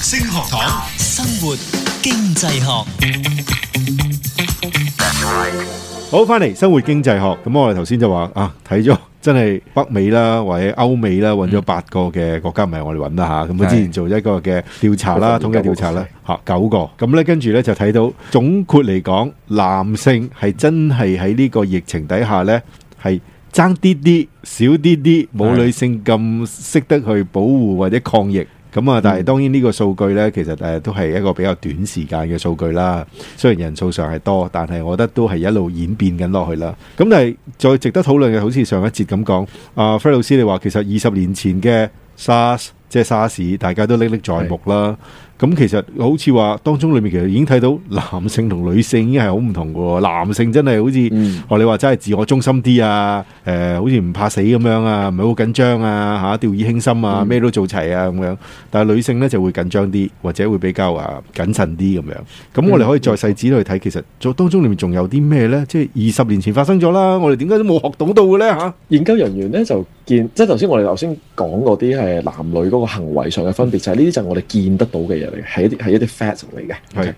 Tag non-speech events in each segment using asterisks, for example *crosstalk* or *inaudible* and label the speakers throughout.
Speaker 1: 星學堂，
Speaker 2: 生活經濟學。
Speaker 3: 好，翻嚟生活經濟學，咁我哋頭先就話啊，睇咗真係北美啦，或者歐美啦，揾咗八個嘅國家，唔係我哋揾啦吓，咁
Speaker 4: 係
Speaker 3: 佢之前做一個嘅調查啦，
Speaker 4: 九
Speaker 3: 統
Speaker 4: 個
Speaker 3: 計調查啦，吓九個，咁咧跟住咧就睇到總括嚟講，男性係真係喺呢個疫情底下咧係。爭啲啲，少啲啲，冇
Speaker 4: 係
Speaker 3: 女性咁識得去保護或者抗疫。咁啊，
Speaker 4: 嗯
Speaker 3: 但係當然呢個數據呢，其實誒都係一個比較短時間嘅數據啦。雖然人數上係多，但係我覺得都係一路演變緊落去啦。咁但係再值得討論嘅，好似上一節咁講，阿、菲老師你話其實二十年前嘅 SARS 即係沙士，大家都歷歷在目啦。咁其實好似話當中裏面其實已經睇到男性同女性已經係好唔同嘅喎，男性真係好似、
Speaker 4: 嗯
Speaker 3: 學你話真係自我中心啲啊，誒、好似唔怕死咁樣啊，唔係好緊張啊，嚇、掉以輕心啊，咩都做齊啊咁樣。但係女性呢就會緊張啲，或者會比較啊謹慎啲咁樣。咁我哋可以再細緻去睇，其實做當中裏面仲有啲咩呢？即係二十年前發生咗啦，我哋點解都冇學到到嘅呢？嚇？
Speaker 4: 研究人員咧就見，即係頭先我哋頭先講嗰啲係男女嗰個行為上嘅分別，就係呢啲就係我哋見得到嘅嘢嚟嘅，係一啲係一啲 fact 嚟嘅。
Speaker 3: 係
Speaker 4: OK。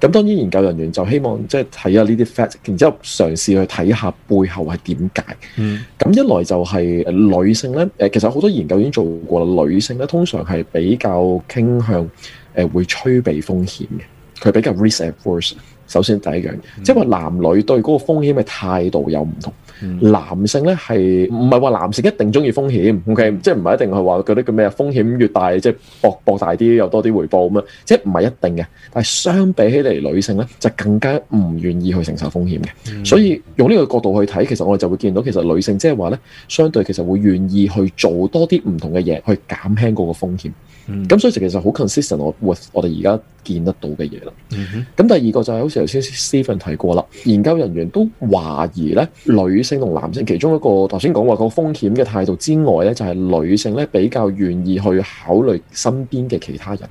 Speaker 4: 咁當然研究人員就希望即係睇下呢啲 fact，然之後嘗試去睇下背後係點解。
Speaker 3: 嗯，
Speaker 4: 咁一來就係呃女性咧，誒其實好多研究已經做過啦，女性咧通常係比較傾向誒會趨避風險嘅，佢比較 risk averse。首先第一樣嘢，即係話男女對嗰個風險嘅態度有唔同。
Speaker 3: 嗯
Speaker 4: 男性咧係唔係話男性一定中意風險？OK，即係唔係一定係話覺得叫咩啊？風險越大，即係搏搏大啲，有多啲回報咁啊！即係唔係一定嘅。但係相比起嚟，女性咧就更加唔願意去承受風險嘅。
Speaker 3: 嗯
Speaker 4: 所以用呢個角度去睇，其實我哋就會見到其實女性即係話咧，相對其實會願意去做多啲唔同嘅嘢，去減輕嗰個風險。
Speaker 3: 嗯
Speaker 4: 咁所以其實好 consistent 我 with 我哋而家見得到嘅嘢啦。
Speaker 3: 嗯
Speaker 4: 咁第二個就係好似頭先 Stephen 提過啦，研究人員都懷疑咧，女性同男性其中一個頭先講話個風險嘅態度之外咧，就係、女性咧比較願意去考慮身邊嘅其他人，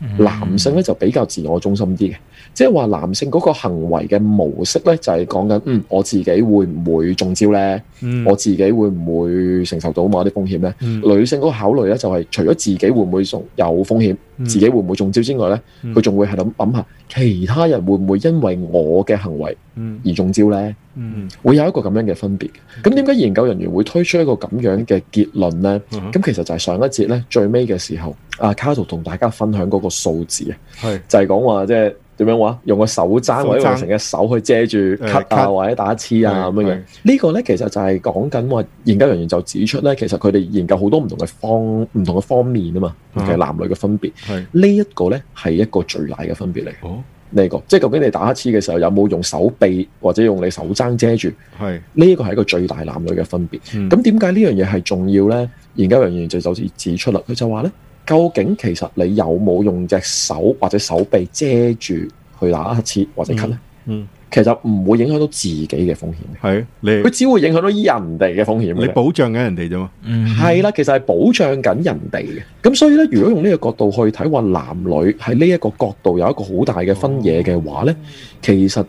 Speaker 5: 嗯
Speaker 4: 男性咧就比較自我中心啲嘅，即係話男性嗰個行為嘅模式咧就係講緊嗯我自己會唔會中招咧，
Speaker 3: 嗯
Speaker 4: 我自己會唔會承受到某一啲風險咧？
Speaker 3: 嗯
Speaker 4: 女性嗰個考慮咧，就係、除咗自己會唔會中有風險，
Speaker 3: 嗯
Speaker 4: 自己會唔會中招之外咧，
Speaker 3: 嗯
Speaker 4: 佢仲、會係諗諗下其他人會唔會因為我嘅行為
Speaker 3: 嗯
Speaker 4: 而中招咧？
Speaker 3: 嗯
Speaker 4: 會有一個咁樣嘅分別。咁點解研究人員會推出一個咁樣嘅結論咧？
Speaker 3: 嗯哼
Speaker 4: 咁、其實就係上一節咧最尾嘅時候，阿卡圖同大家分享嗰個數字啊，
Speaker 3: 係
Speaker 4: 就係講話即係點樣話，用個手踭或者
Speaker 3: 手踭
Speaker 4: 用成隻手去遮住咳啊
Speaker 3: 咳
Speaker 4: 或者打黐啊咁樣
Speaker 3: 係
Speaker 4: 樣。呢個咧其實就係講緊話，研究人員就指出咧，其實佢哋研究好多唔同嘅方唔同嘅方面啊嘛，
Speaker 3: 嗯
Speaker 4: 嘅男女嘅分別。
Speaker 3: 係
Speaker 4: 呢一個咧係一個最大嘅分別嚟嘅。
Speaker 3: 哦
Speaker 4: 呢、個即係究竟你打乞嗤嘅時候有冇用手臂或者用你手踭遮住？
Speaker 3: 係
Speaker 4: 呢一個係一個最大男女嘅分別。
Speaker 3: 嗯
Speaker 4: 咁點解呢樣嘢係重要咧？研究人員就就指出啦，佢就話咧，究竟其實你有冇用隻手或者手臂遮住去打乞嗤或者咳咧？
Speaker 3: 嗯
Speaker 4: 其實唔會影響到自己嘅風險嘅。
Speaker 3: 係你
Speaker 4: 佢只會影響到人哋嘅風險
Speaker 3: 你
Speaker 4: 嘅。
Speaker 3: 保障緊人哋啫嘛，
Speaker 5: 嗯
Speaker 4: 係啦，其實係保障緊人哋嘅。咁所以咧，如果用呢個角度去睇話男女喺呢一個角度有一個好大嘅分野嘅話咧，其實而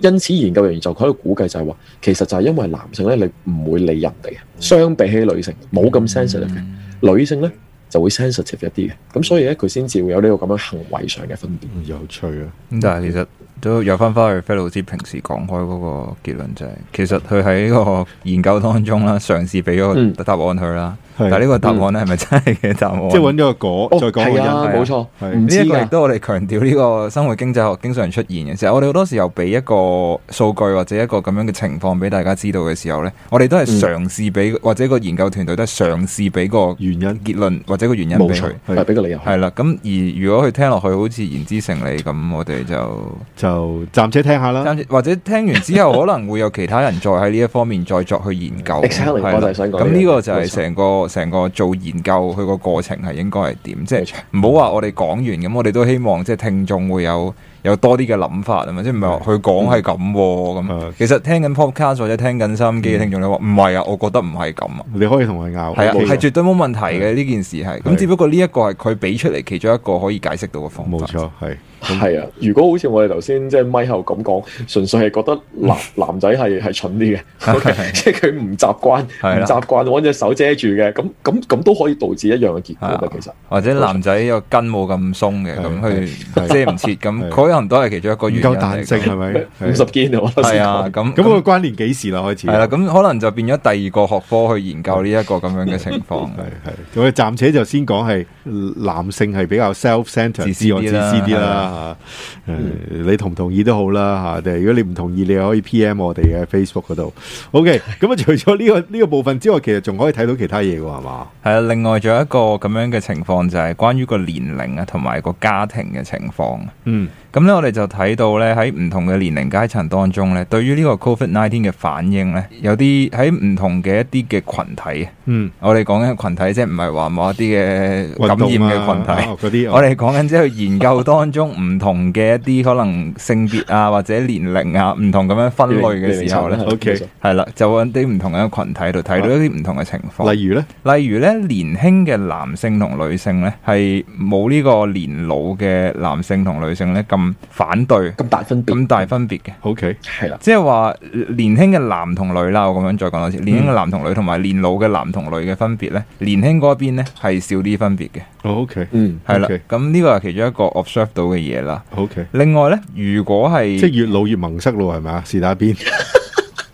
Speaker 4: 因此研究人員就喺度估計就係話，其實就係因為男性咧，你唔會理人哋嘅，相比起女性冇咁 sensitive
Speaker 5: 嗯
Speaker 4: 嘅，女性咧就會 sensitive 一啲嘅。咁所以咧，佢先至會有呢個咁樣行為上嘅分別。
Speaker 3: 嗯有趣啊！
Speaker 5: 咁但係其實都有翻翻去 Phil 老師平時講開嗰個結論就係、其實佢喺個研究當中啦，嘗試俾咗個答案佢啦，
Speaker 3: 嗯係
Speaker 5: 但係呢個答案咧係咪真係嘅答案？
Speaker 3: 即係揾咗個果，
Speaker 4: 哦，
Speaker 3: 再講個
Speaker 4: 係
Speaker 3: 因。
Speaker 4: 啊，
Speaker 5: 係啊
Speaker 4: 冇錯，
Speaker 3: 係
Speaker 4: 唔
Speaker 5: 呢
Speaker 4: 知
Speaker 5: 一個亦
Speaker 4: 㗎。
Speaker 5: 都我哋強調呢個生活經濟學經常出現嘅，就係我哋好多時候俾一個數據或者一個咁樣嘅情況俾大家知道嘅時候呢，我哋都係
Speaker 3: 嗯
Speaker 5: 嘗試俾或者個研究團隊都係嘗試俾個
Speaker 3: 原因
Speaker 5: 結論或者個原因
Speaker 4: 冇
Speaker 5: 俾佢
Speaker 4: 錯，。係俾個理由。
Speaker 5: 係啦，咁而如果佢聽落去好似言之成理咁，我哋
Speaker 4: *laughs*
Speaker 5: 就
Speaker 3: 就暫且聽下啦。
Speaker 5: 暫時或者聽完之後，可能會有其他人再喺呢一方面再作去研究。
Speaker 4: *laughs* Exactly，
Speaker 5: 係啦
Speaker 4: 我就係想講
Speaker 5: 咁
Speaker 4: 呢樣
Speaker 5: 呢個就係
Speaker 4: 冇錯
Speaker 5: 成個成個做研究佢個過程係應該係點，即
Speaker 4: 冇
Speaker 5: 係
Speaker 4: 錯
Speaker 5: 唔好話我哋講完咁，我哋都希望即係聽眾會有有多啲嘅諗法啊嘛，即係唔係話佢講係咁喎
Speaker 3: 嗯
Speaker 5: 咁。其實聽緊 podcast 或者聽緊收音
Speaker 4: 嗯
Speaker 5: 機嘅聽眾，你話唔係啊，我覺得唔係咁啊。
Speaker 3: 你可以同佢拗，
Speaker 5: 係啊，
Speaker 3: OK
Speaker 5: 係
Speaker 3: 嘅
Speaker 5: 絕對冇問題嘅呢件事係。
Speaker 3: 係
Speaker 5: 咁只不過呢一個係佢俾出嚟其中一個可以解釋到嘅方法。
Speaker 3: 冇錯，係
Speaker 4: 係啊，如果好似我哋頭先即係咪後咁講，純粹係覺得男男仔係係蠢啲嘅，OK，即係佢唔習慣，
Speaker 5: 係
Speaker 4: 唔
Speaker 5: 啦
Speaker 4: 習慣揾隻手遮住嘅，咁咁咁都可以導致一樣嘅結
Speaker 5: 係
Speaker 4: 果
Speaker 5: 啊
Speaker 4: 嘅，其實。
Speaker 5: 或者男仔個筋冇咁鬆嘅，咁
Speaker 3: 係
Speaker 5: 佢遮唔切，
Speaker 3: 係
Speaker 5: 咁佢可能都係其中一個
Speaker 3: 唔
Speaker 5: 原因
Speaker 3: 夠
Speaker 5: 嚟
Speaker 3: 彈
Speaker 5: 嘅。
Speaker 3: 性
Speaker 5: *laughs*
Speaker 3: 係咪？
Speaker 4: 五十
Speaker 3: 係
Speaker 4: 堅啊，我
Speaker 5: 係啊，
Speaker 4: 覺得
Speaker 5: 咁
Speaker 3: 咁啊個關聯幾時啦？開始
Speaker 5: 系啦，咁可能就變咗第二個學科去研究呢一個咁樣嘅情況。
Speaker 3: 係係，我哋暫且就先講係男性係比較 self c e n t e r
Speaker 5: 自私
Speaker 3: 自我
Speaker 5: 啲
Speaker 3: 自
Speaker 5: 啦嗯
Speaker 3: 私啲啦嚇。誒，你同唔同意都好啦嚇。但係如果你唔同意，你可以 P.M 我哋嘅 Facebook 嗰度。OK，
Speaker 5: *laughs*
Speaker 3: 咁啊，除咗呢個呢個部分之外，其實仲可以睇到其他嘢㗎係嘛？
Speaker 5: 係啊，另外仲有一個咁樣嘅情況就係關於個年齡啊，同埋個家庭嘅情況。
Speaker 3: 嗯，
Speaker 5: 咁咧，我哋就睇到咧喺唔同嘅年齡階層當中咧，對於呢個 Covid nineteen 嘅反應咧，有啲喺唔同嘅一啲嘅群體，啊
Speaker 3: 嗯，
Speaker 5: 我哋講緊群體，即係唔係話某一啲嘅
Speaker 3: 運
Speaker 5: 感
Speaker 3: 動
Speaker 5: 染嘅群體。
Speaker 3: 啊嗰啲，
Speaker 5: 我哋講緊即係研究當中唔同嘅一啲可能性別
Speaker 3: *laughs*
Speaker 5: 啊或者年齡啊唔同咁樣分類嘅時候咧，
Speaker 3: OK
Speaker 5: 係啦，就揾啲唔同嘅群體度睇
Speaker 3: 啊
Speaker 5: 到一啲唔同嘅情況。
Speaker 3: 例如咧，
Speaker 5: 例如咧，年輕嘅男性同女性咧係冇呢個年老嘅男性同女性咧咁反對
Speaker 4: 咁大分別
Speaker 5: 咁大分別嘅。
Speaker 3: OK，
Speaker 4: 係啦，
Speaker 5: 即係話年輕嘅男同女啦，我咁樣再講多次，年輕嘅男同女同埋年老嘅男同女嘅分別咧，年輕嗰邊咧係少啲分別嘅，
Speaker 3: 哦 OK，
Speaker 4: 嗯，
Speaker 5: 係啦
Speaker 3: OK。
Speaker 5: 咁呢個係其中一個 observe 到嘅嘢啦。
Speaker 3: OK，
Speaker 5: 另外咧，如果係
Speaker 3: 即係越老越萌塞咯，係咪啊？是打邊？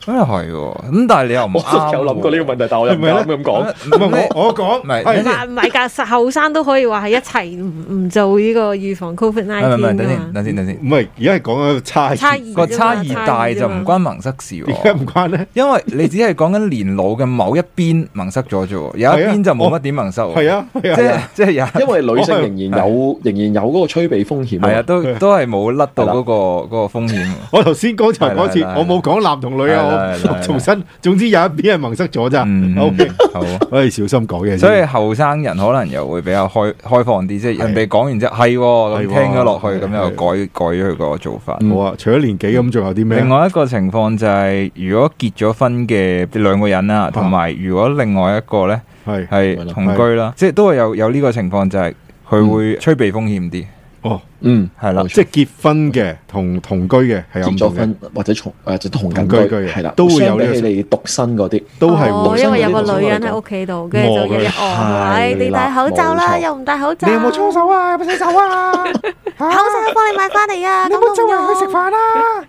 Speaker 5: 咁又啊係喎，咁但係你又唔
Speaker 4: 我
Speaker 5: 啱喎，啊
Speaker 4: 有諗過呢個問題，但我又唔敢咁講。
Speaker 3: 唔係我我講，
Speaker 5: 唔係
Speaker 3: 係
Speaker 5: 你
Speaker 3: 係
Speaker 5: 係
Speaker 1: 話唔係㗎，後生都可以話係一齊唔唔做呢個預防 Covid
Speaker 5: 唔係唔係，等先
Speaker 1: nineteen 啊嘛。
Speaker 5: 等先等先，
Speaker 3: 唔係而家係講緊差
Speaker 1: 差
Speaker 3: 異，
Speaker 1: 異
Speaker 5: 個
Speaker 1: 啫嘛
Speaker 5: 差異大就唔
Speaker 1: 差異啫嘛
Speaker 5: 關盟塞事
Speaker 3: 點解
Speaker 5: 喎。
Speaker 3: 唔關咧？
Speaker 5: 因為你只係講緊年老嘅某一邊盟塞咗啫喎，有一邊就冇乜點盟塞喎。
Speaker 3: 係，啊，係啊，
Speaker 5: 即係即係有
Speaker 4: 因為女性仍然有仍然有嗰個吹避風險
Speaker 5: 係啊，
Speaker 4: 啊，
Speaker 5: 都都係冇甩到嗰個嗰個風險。
Speaker 3: 我頭先講就係嗰次，
Speaker 5: 係啦係啦
Speaker 3: 我冇講男同女
Speaker 5: 係啦係，啦
Speaker 3: 啊我我重新，總之有一邊係蒙塞咗咋。
Speaker 5: 嗯
Speaker 3: O K，
Speaker 5: 好啊。
Speaker 3: 我哋小心講嘢先。
Speaker 5: 所以後生人可能又會比較開開放啲，即係人哋講完之後係喎
Speaker 3: 係
Speaker 5: 咁
Speaker 3: 喎
Speaker 5: 聽咗落去，咁
Speaker 3: 係
Speaker 5: 又改改咗佢個做法。
Speaker 3: 冇啊，除咗年紀咁，仲有啲咩？
Speaker 5: 另外一個情況就係，如果結咗婚嘅兩個人啦，同埋如果另外一個呢
Speaker 3: 係
Speaker 5: 係
Speaker 4: 係
Speaker 5: 同居啦，即係都係有有呢個情況，就係佢會吹避風險啲，
Speaker 3: 哦，
Speaker 4: 嗯，
Speaker 5: 係啦
Speaker 4: 冇。錯
Speaker 3: 即係結婚嘅同同居嘅係有唔
Speaker 4: 結咗
Speaker 3: 同嘅，
Speaker 4: 婚或者從誒就同緊
Speaker 3: 同居
Speaker 4: 居
Speaker 3: 居嘅
Speaker 4: 係啦，
Speaker 3: 都會有
Speaker 4: 相
Speaker 3: 呢
Speaker 4: 比
Speaker 3: 個
Speaker 4: 起你獨身嗰啲，
Speaker 3: 都係
Speaker 1: 哦，
Speaker 3: 會
Speaker 1: 因為有個女人喺屋企度，跟住就日日哦，喂，你戴口罩啦，又唔戴口罩，
Speaker 3: 你有冇搓手啊？有冇洗手
Speaker 1: *laughs*
Speaker 3: 啊？
Speaker 1: 口罩都幫你買翻嚟啊，
Speaker 3: 你
Speaker 1: 咁
Speaker 3: 冇周
Speaker 1: 都唔
Speaker 3: 圍去食
Speaker 1: 用。
Speaker 3: 飯啦，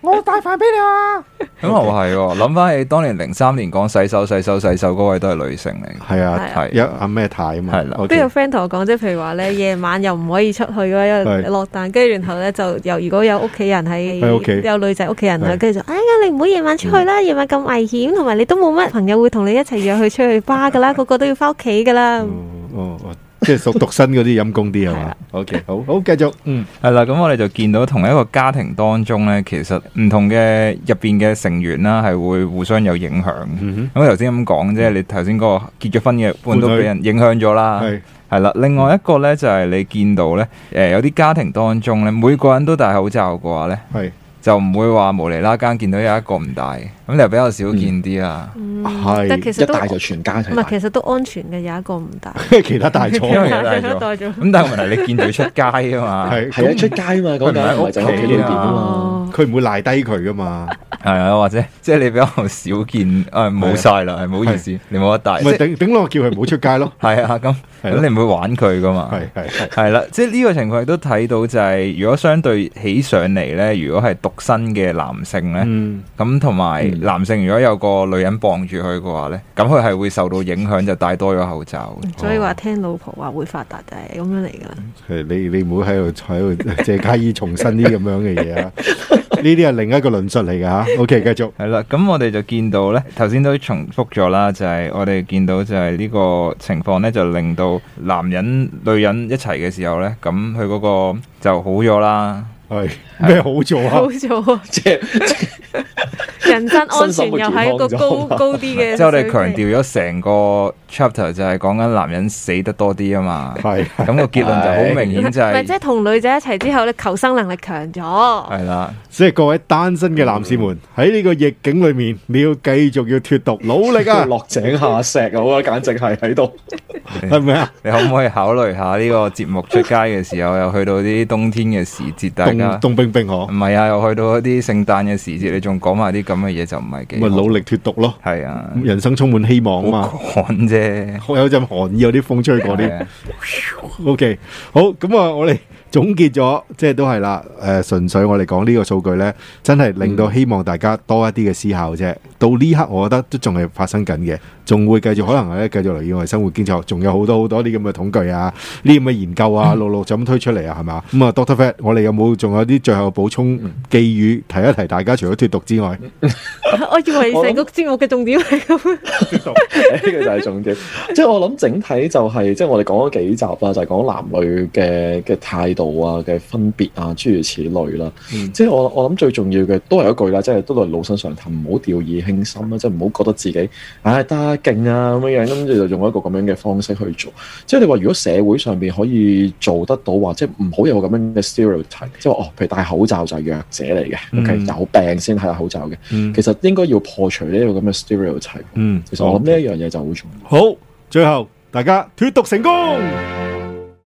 Speaker 3: 我帶飯俾你啊！
Speaker 5: 咁 *laughs* 又係喎，諗翻起當年零三年講洗手、洗手、洗手嗰位都係女性嚟嘅，
Speaker 3: 係啊，
Speaker 5: 係
Speaker 3: 有阿咩太啊嘛，
Speaker 5: 係啦
Speaker 1: 都
Speaker 3: OK，
Speaker 1: 有 friend 同我講，即係譬如話
Speaker 3: *laughs*
Speaker 1: 咧，夜晚又唔可以出去嘅，因為
Speaker 3: 係
Speaker 1: 落蛋，跟住然後咧就又如果有屋企人喺
Speaker 3: 喺屋企嗯
Speaker 1: 有女仔屋企人啊
Speaker 3: 係，
Speaker 1: 跟住就哎呀你唔好夜晚出去啦，夜晚咁危險，同埋你都冇乜朋友會同你一齊約去出去巴
Speaker 3: *laughs*
Speaker 1: 噶啦，個個都要翻屋企噶啦。
Speaker 3: 哦哦哦，即係屬獨身嗰啲陰公啲係
Speaker 1: 係
Speaker 3: 嘛
Speaker 1: 啦
Speaker 3: à. ？OK，好好繼續，嗯，
Speaker 5: 係啦。咁我哋就見到同一個家庭當中呢，其實唔同嘅入邊嘅成員啦，係會互相有影響。
Speaker 3: 嗯
Speaker 5: 咁頭先咁講啫，你頭先嗰個結咗婚嘅伴都
Speaker 3: 伴侶
Speaker 5: 俾人影響咗啦
Speaker 3: 哼，，係
Speaker 5: 係啦。另外一個呢，就係你見到呢，誒有啲家庭當中呢，每個人都戴口罩嘅話呢，
Speaker 3: 係
Speaker 5: 就唔會話無釐啦間見到有一個唔戴，咁就比較少見啲啦。
Speaker 1: 嗯
Speaker 3: 係
Speaker 1: 但
Speaker 3: *laughs*
Speaker 1: 其實
Speaker 4: 一
Speaker 1: 都
Speaker 4: 大就全家一齊
Speaker 1: 唔係，
Speaker 4: 大。
Speaker 1: 啊其實都安全嘅，有一個唔戴。
Speaker 3: 其他大錯
Speaker 5: 因。為有戴
Speaker 1: 有戴咗
Speaker 5: 咗，咁但係問題你見到佢出街 *laughs* 啊嘛，
Speaker 3: 係
Speaker 4: 係啊，
Speaker 3: 咁
Speaker 4: 出街嘛，講緊唔係就喺屋企裏邊啊嘛。
Speaker 1: 哦，
Speaker 3: 佢唔會賴低佢噶嘛，
Speaker 5: 係啊，或者 *laughs* 即係你比較少見，啊冇晒啦，係唔好意思，你冇得戴，即
Speaker 3: 咪
Speaker 5: 係
Speaker 3: 頂頂多我叫佢唔好出街咯。
Speaker 5: 係啊，咁
Speaker 3: 係
Speaker 5: 咁
Speaker 3: 咯
Speaker 5: 你唔會玩佢噶嘛，
Speaker 3: 係係係，
Speaker 5: 系啦，即系呢個情況亦都睇到就係，如果相對起上嚟呢，如果係獨身嘅男性呢，
Speaker 3: 嗯，
Speaker 5: 咁同埋男性如果有個女人傍住佢嘅話呢，咁佢係會受到影響，就戴多咗口罩嘅。
Speaker 1: 所以話聽老婆話會發達就係咁樣嚟噶啦。
Speaker 3: 係你你唔好喺度喺度借家衣重申呢啲咁樣嘅嘢啊！呢啲係另一個論述嚟㗎吓。OK，繼續，
Speaker 5: 係啦，咁我哋就見到呢，頭先都重複咗啦，就係我哋見到就係呢個情況呢，就令到男人女人一齊嘅時候呢，咁佢嗰個就好咗啦。
Speaker 3: 係咩好做
Speaker 1: 好
Speaker 3: 啊？
Speaker 1: 咗啊，
Speaker 4: 即係
Speaker 1: 人身安全又喺一個高高啲嘅。
Speaker 5: 即係我哋強。調咗成個 chapter 就係講緊男人死得多啲啊嘛。
Speaker 3: 係
Speaker 5: 咁個結論就好明顯
Speaker 1: *laughs*
Speaker 5: 就
Speaker 1: 咪
Speaker 5: 係
Speaker 1: 即係同女仔一齊之後咧，求生能力強咗。
Speaker 5: 係啦，
Speaker 3: 即係各位單身嘅男士
Speaker 5: 嗯
Speaker 3: 們喺呢個逆境裏面，你要繼續要脱毒，努
Speaker 5: *laughs*
Speaker 3: 力
Speaker 4: *laughs*
Speaker 3: 啊，
Speaker 4: 落井下石啊！我覺得簡直係喺度。
Speaker 3: 係咪啊？
Speaker 5: 你可唔可以考慮下呢個節目出街嘅時候，又去到啲冬天嘅時節，大家嗯
Speaker 3: 凍凍冰冰
Speaker 5: 唔
Speaker 3: 嗬，
Speaker 5: 係啊，又去到一啲聖誕嘅時節，你仲講埋啲咁嘅嘢就唔係幾
Speaker 3: 咪啊努力脱毒咯，
Speaker 5: 好係啊，
Speaker 3: 人生充滿希望啊嘛。
Speaker 5: 好寒啫。
Speaker 3: 有陣寒意，有啲風吹過
Speaker 5: 係
Speaker 3: 啲
Speaker 5: 啊。
Speaker 3: *laughs* OK，好咁啊！我哋總結咗， *laughs* 即係都係啦。誒、純粹我哋講呢個數據呢，真係令到希望大家多一啲嘅思考啫。到呢刻，我覺得都仲係發生緊嘅，仲會繼續可能咧繼續留意我哋生活經濟學，仲有好多好多啲咁嘅統計啊，呢啲咁嘅研究啊，陸陸就咁推出嚟啊，係嘛？咁啊，Doctor Fat，我哋有冇仲有啲最後補充寄語提一提大家？除咗脱毒之外，
Speaker 1: *laughs* 我以為成個節目嘅重點係
Speaker 4: *laughs*
Speaker 1: 咁，
Speaker 4: 呢個就係重點。即係我諗整體就係、即係我哋講咗幾集啦，就係、講男女嘅嘅態度啊、嘅分別啊，諸如此類啦。即係我我諗最重要嘅都係一句啦，即係都係老生常談，唔好掉以輕心啦，即係唔好覺得自己唉得啊勁啊咁樣樣，跟住就用一個咁樣嘅方式去做。即係你話如果社會上邊可以做得到話，即係唔好有個咁樣嘅 stereotype，即係話哦，譬如戴口罩就係弱者嚟嘅、o k 有病先戴口罩嘅。
Speaker 3: 嗯
Speaker 4: 其實應該要破除呢個咁嘅 stereotype。
Speaker 3: 嗯
Speaker 4: 其實我諗呢一樣嘢就好重要。
Speaker 3: 好，最後大家脱毒成功。